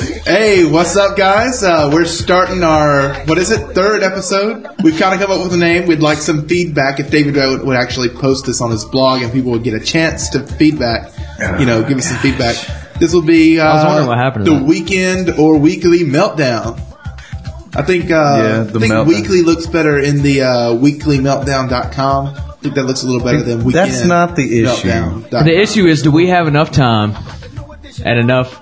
Hey, what's up, guys? Uh, we're starting our what is it? Third episode. We've kind of come up with a name. We'd like some feedback if David would, would actually post this on his blog, and people would get a chance to feedback. You know, give us some feedback. This will be uh, was wondering what happened to the that. weekend or weekly meltdown. I think uh, Yeah, the I think meltdown. weekly looks better in the uh, weeklymeltdown.com. I think that looks a little better than weekend. That's not the issue. meltdown.com. The issue is, do we have enough time and enough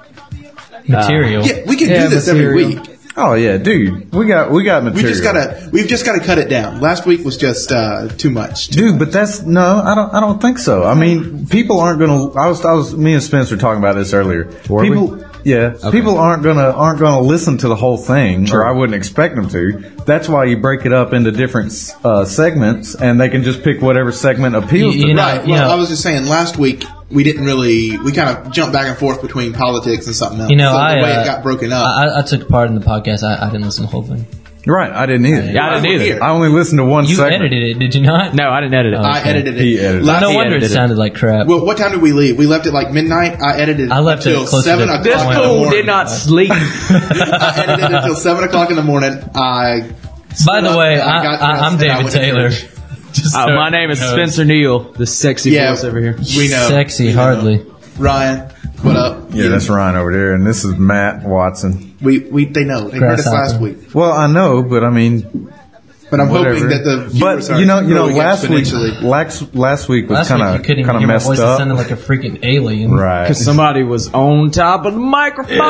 uh, material. Yeah, we can Yeah, do this every material. week. Oh yeah, dude, we got we got We material. just gotta, we've just gotta cut it down. Last week was just uh, too much. Dude, but that's no, I don't. I don't think so. I mean, people aren't gonna. I was, I was. Me and Spence were talking about this earlier. Were we? people, yeah, people aren't gonna aren't gonna listen to the whole thing, or I wouldn't expect them to. That's why you break it up into different uh, segments, and they can just pick whatever segment appeals You- to you them. know- Right. Well, yeah. I was just saying last week we didn't really, we kind of jumped back and forth between politics and something else. You know, so I the way uh, it got broken up. I, I- I took part in the podcast. I, I didn't listen to the whole thing. Right, I didn't either. Yeah, I didn't either. Here. I only listened to one You segment. edited it, did you not? No, I didn't edit it. I edited it. He edited it. Last- Oh, No wonder it edited it. sounded like crap. Well, what time did we leave? We left at like midnight. I edited it I left it until closer seven to o'clock. this in the fool morning. did not sleep. Uh, I edited it until seven o'clock in the morning. I. By the up, way, and I I, got I, dressed I'm and I David went to Taylor. church. Just Uh, so my name is everyone knows. Spencer Neal, the sexy Yeah, voice over here. we know. Sexy, We know. hardly. Ryan, what up? Yeah, that's Ryan over there, and this is Matt Watson. We we they know they heard us last Grasshopper. week, Well, I know, but I mean, but I'm hoping whatever. that the viewers but are you know, you know, growing last week, exponentially. last last week was Last kind week of you couldn't kind even of hear my voice. messed It up, sounded like a freaking alien. right? Because somebody was on top of the microphone.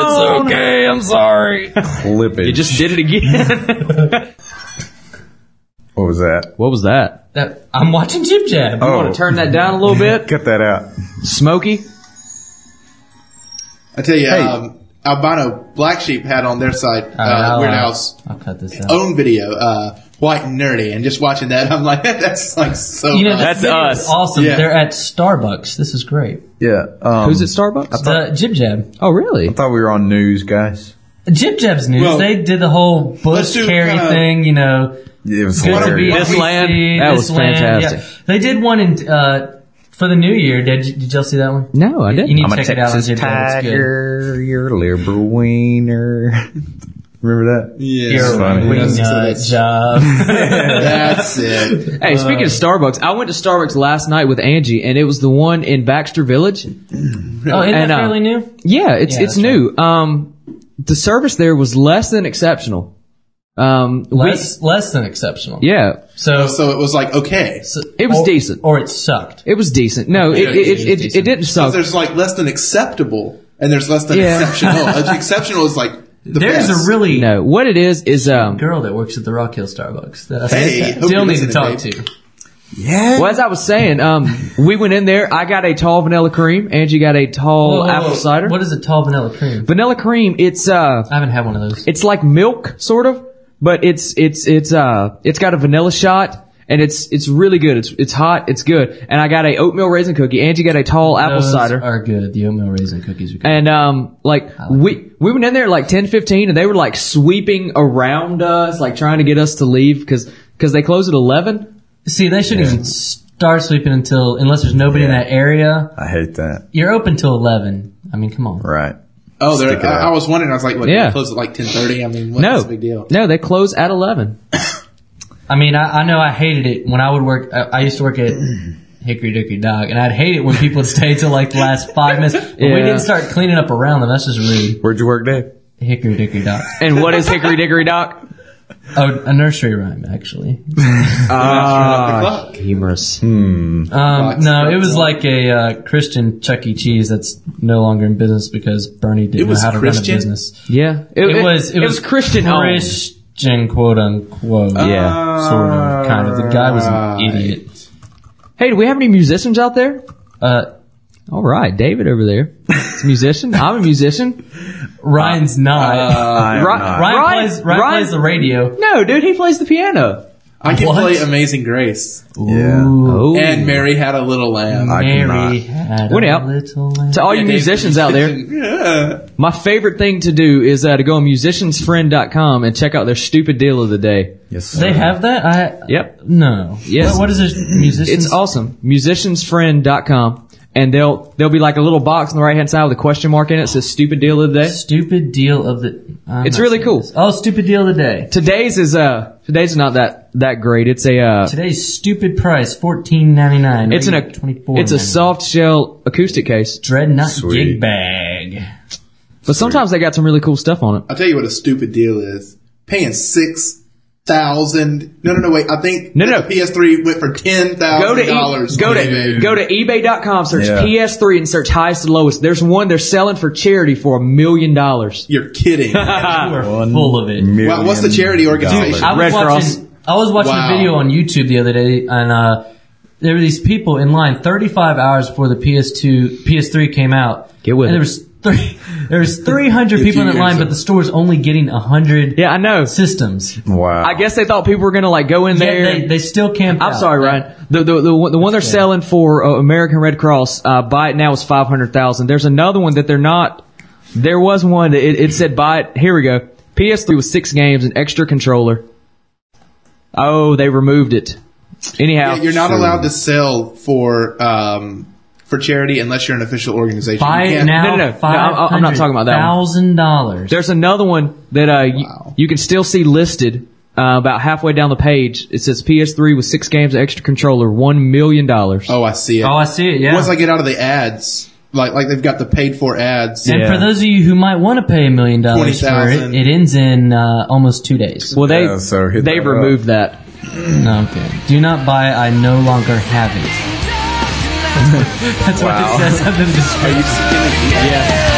I'm sorry. Flip it. You just did it again. what was that? what was that? That, I'm watching Jib Jab. Oh. Want to turn that down a little bit, Cut that out. Smokey? I tell you, Hey. um, albino black sheep had on their side uh, I'll, Weird uh, Al's I'll cut this out. own video, uh, white and nerdy, and just watching that, I'm like, that's like so. You know, us. this That's video us. is awesome. Yeah. They're at Starbucks. This is great. Yeah. Um, Who's at Starbucks? The Jib Jab. Oh, really? I thought we were on news, guys. Jib Jab's news. Well, they did the whole let's Bush do carry kinda- thing, you know. It was Good to be hilarious. This NBC, land? That this was land, fantastic. yeah. They did one in uh, for the New Year. Did you, did y'all see that one? No, I You didn't. need I'm to a check it out. on Texas Jib Jab. It's good. tiger. You're a liberal wiener. Remember that? yeah, You're It's funny. a wing That's- nut that's- job. That's it. Uh, Hey, speaking of Starbucks, I went to Starbucks last night with Angie, and it was the one in Baxter Village. Oh, isn't that And, uh, fairly new? Yeah, it's it's Yeah, that's new. Um, the service there was less than exceptional. Um, we- Less, less than exceptional. yeah, So, So it was like okay, so- It was or- decent. or it sucked. it was decent. No, it Yeah, it, it, it it, is it didn't suck. there's like less than acceptable, and there's less than Yeah. exceptional. Uh, exceptional is like the There's best. a really No, what it is is um. girl that works at the Rock Hill Starbucks that I Hey, hope still you're need to listening, talk babe. to. Yeah. Well, as I was saying, um, we went in there. I got a tall vanilla cream. Angie got a tall Whoa, whoa, apple whoa. cider. What is a tall vanilla cream? vanilla cream? It's uh, I haven't had one of those. it's like milk, sort of, but it's it's it's uh, it's got a vanilla shot. And it's it's really good. It's it's hot. It's good. And I got a oatmeal raisin cookie. Angie got a tall apple those cider. are good. The oatmeal raisin cookies are good. And um, like we we went in there at like ten fifteen, and they were like sweeping around us, like trying to get us to leave because they close at eleven. See, they shouldn't even start sweeping until unless there's nobody in that area. I hate that. You're open till eleven. I mean, come on. Right. oh, there, Stick it I, I out. was wondering. I was like, what, Yeah. yeah, close at like ten thirty. I mean, what's No, the big deal? no, they close at eleven. I mean, I, I know I hated it when I would work. I, I used to work at Hickory Dickory Dog, and I'd hate it when people would stay till like the last five minutes. But we Yeah. didn't start cleaning up around them. That's just rude. Where'd you work, Dave? Hickory Dickory Dog. And what is Hickory Dickory Dock? Oh, a nursery rhyme actually. Ah, Fuck. humorous. Um, Box no, it Brett was Brown. like a uh, Christian Chuck E. Cheese that's no longer in business because Bernie didn't It was know how to Christian? run a business. Yeah, It, was. It, was Christian owned. Christian, quote unquote. Yeah. sort of, kind of. The guy was Uh, an idiot. Hey, do we have any musicians out there? Uh, All right, David over there. He's a musician. I'm a musician. Ryan's not. Uh, uh, I am Ri- not. Ryan, Ryan- plays. Ryan, Ryan- plays the radio. No, dude, he plays the piano. I can What? play Amazing Grace Yeah. Ooh, Oh, and Mary had a little lamb. I Mary cannot. had What a out? little. to all you Yeah, David, musicians out there, Yeah. My favorite thing to do is uh, to go on musiciansfriend.com and check out their stupid deal of the day. Yes. They sir. have that. I Yep. no. Yes. What, what is this musician? It's awesome. Musiciansfriend.com. and they'll they'll be like a little box on the right hand side with a question mark in it. It says "Stupid Deal of the Day." Stupid deal of the. I'm It's not really saying cool. this. Oh, stupid deal of the day. Today's is uh today's not that that great. It's a uh Today's stupid price fourteen ninety nine. it's an twenty ac- four. it's a soft shell acoustic case, dreadnought Sweet. gig bag. but sometimes they got some really cool stuff on it. I'll tell you what a stupid deal is. Paying six thousand. No, no, no. Wait. I think No, that no. the PS3 went for ten Go thousand to e- dollars. go to go to eBay.com, search Yeah. PS3 and search highest to lowest. There's one they're selling for charity for a million dollars. You're kidding. wow, You are Ah. full of it. what's the charity organization? I was Red watching, Cross. I was watching Wow. a video on YouTube the other day, and uh, there were these people in line 35 hours before the PS2, PS3 came out. Get with and it. There was three, there was 300 people in that years line, but ago. the store's only getting 100 Yeah, I know. systems. Wow. I guess they thought people were gonna like go in Yet there. they, they still camped I'm out. sorry, Ryan. The the the, one- the one they're selling for uh, American Red Cross, uh, buy it now is five hundred thousand. There's another one that they're not. There was one that it, it said buy it. Here we go. PS3 with six games, an extra controller. Oh, they removed it. Anyhow, Yeah, you're not allowed to sell for um, for charity unless you're an official organization. Buy You it can't- now. No, no, no. No, I'm- I'm not talking about that one. Thousand dollars. there's another one that uh, you- Wow. you, can still see listed uh, about halfway down the page. It says PS3 with six games, an extra controller, one million dollars. Oh, I see it. Oh, I see it. Yeah. Once I get out of the ads, like like they've got the paid for ads. and Yeah. for those of you who might want to pay a million dollars for it, 20,000. it ends in uh, almost two days. Well, they Yeah, so hit they that up. removed that. No, okay. Do not buy it. I no longer have it. That's what it says up in the description. Are you just kidding? Yeah.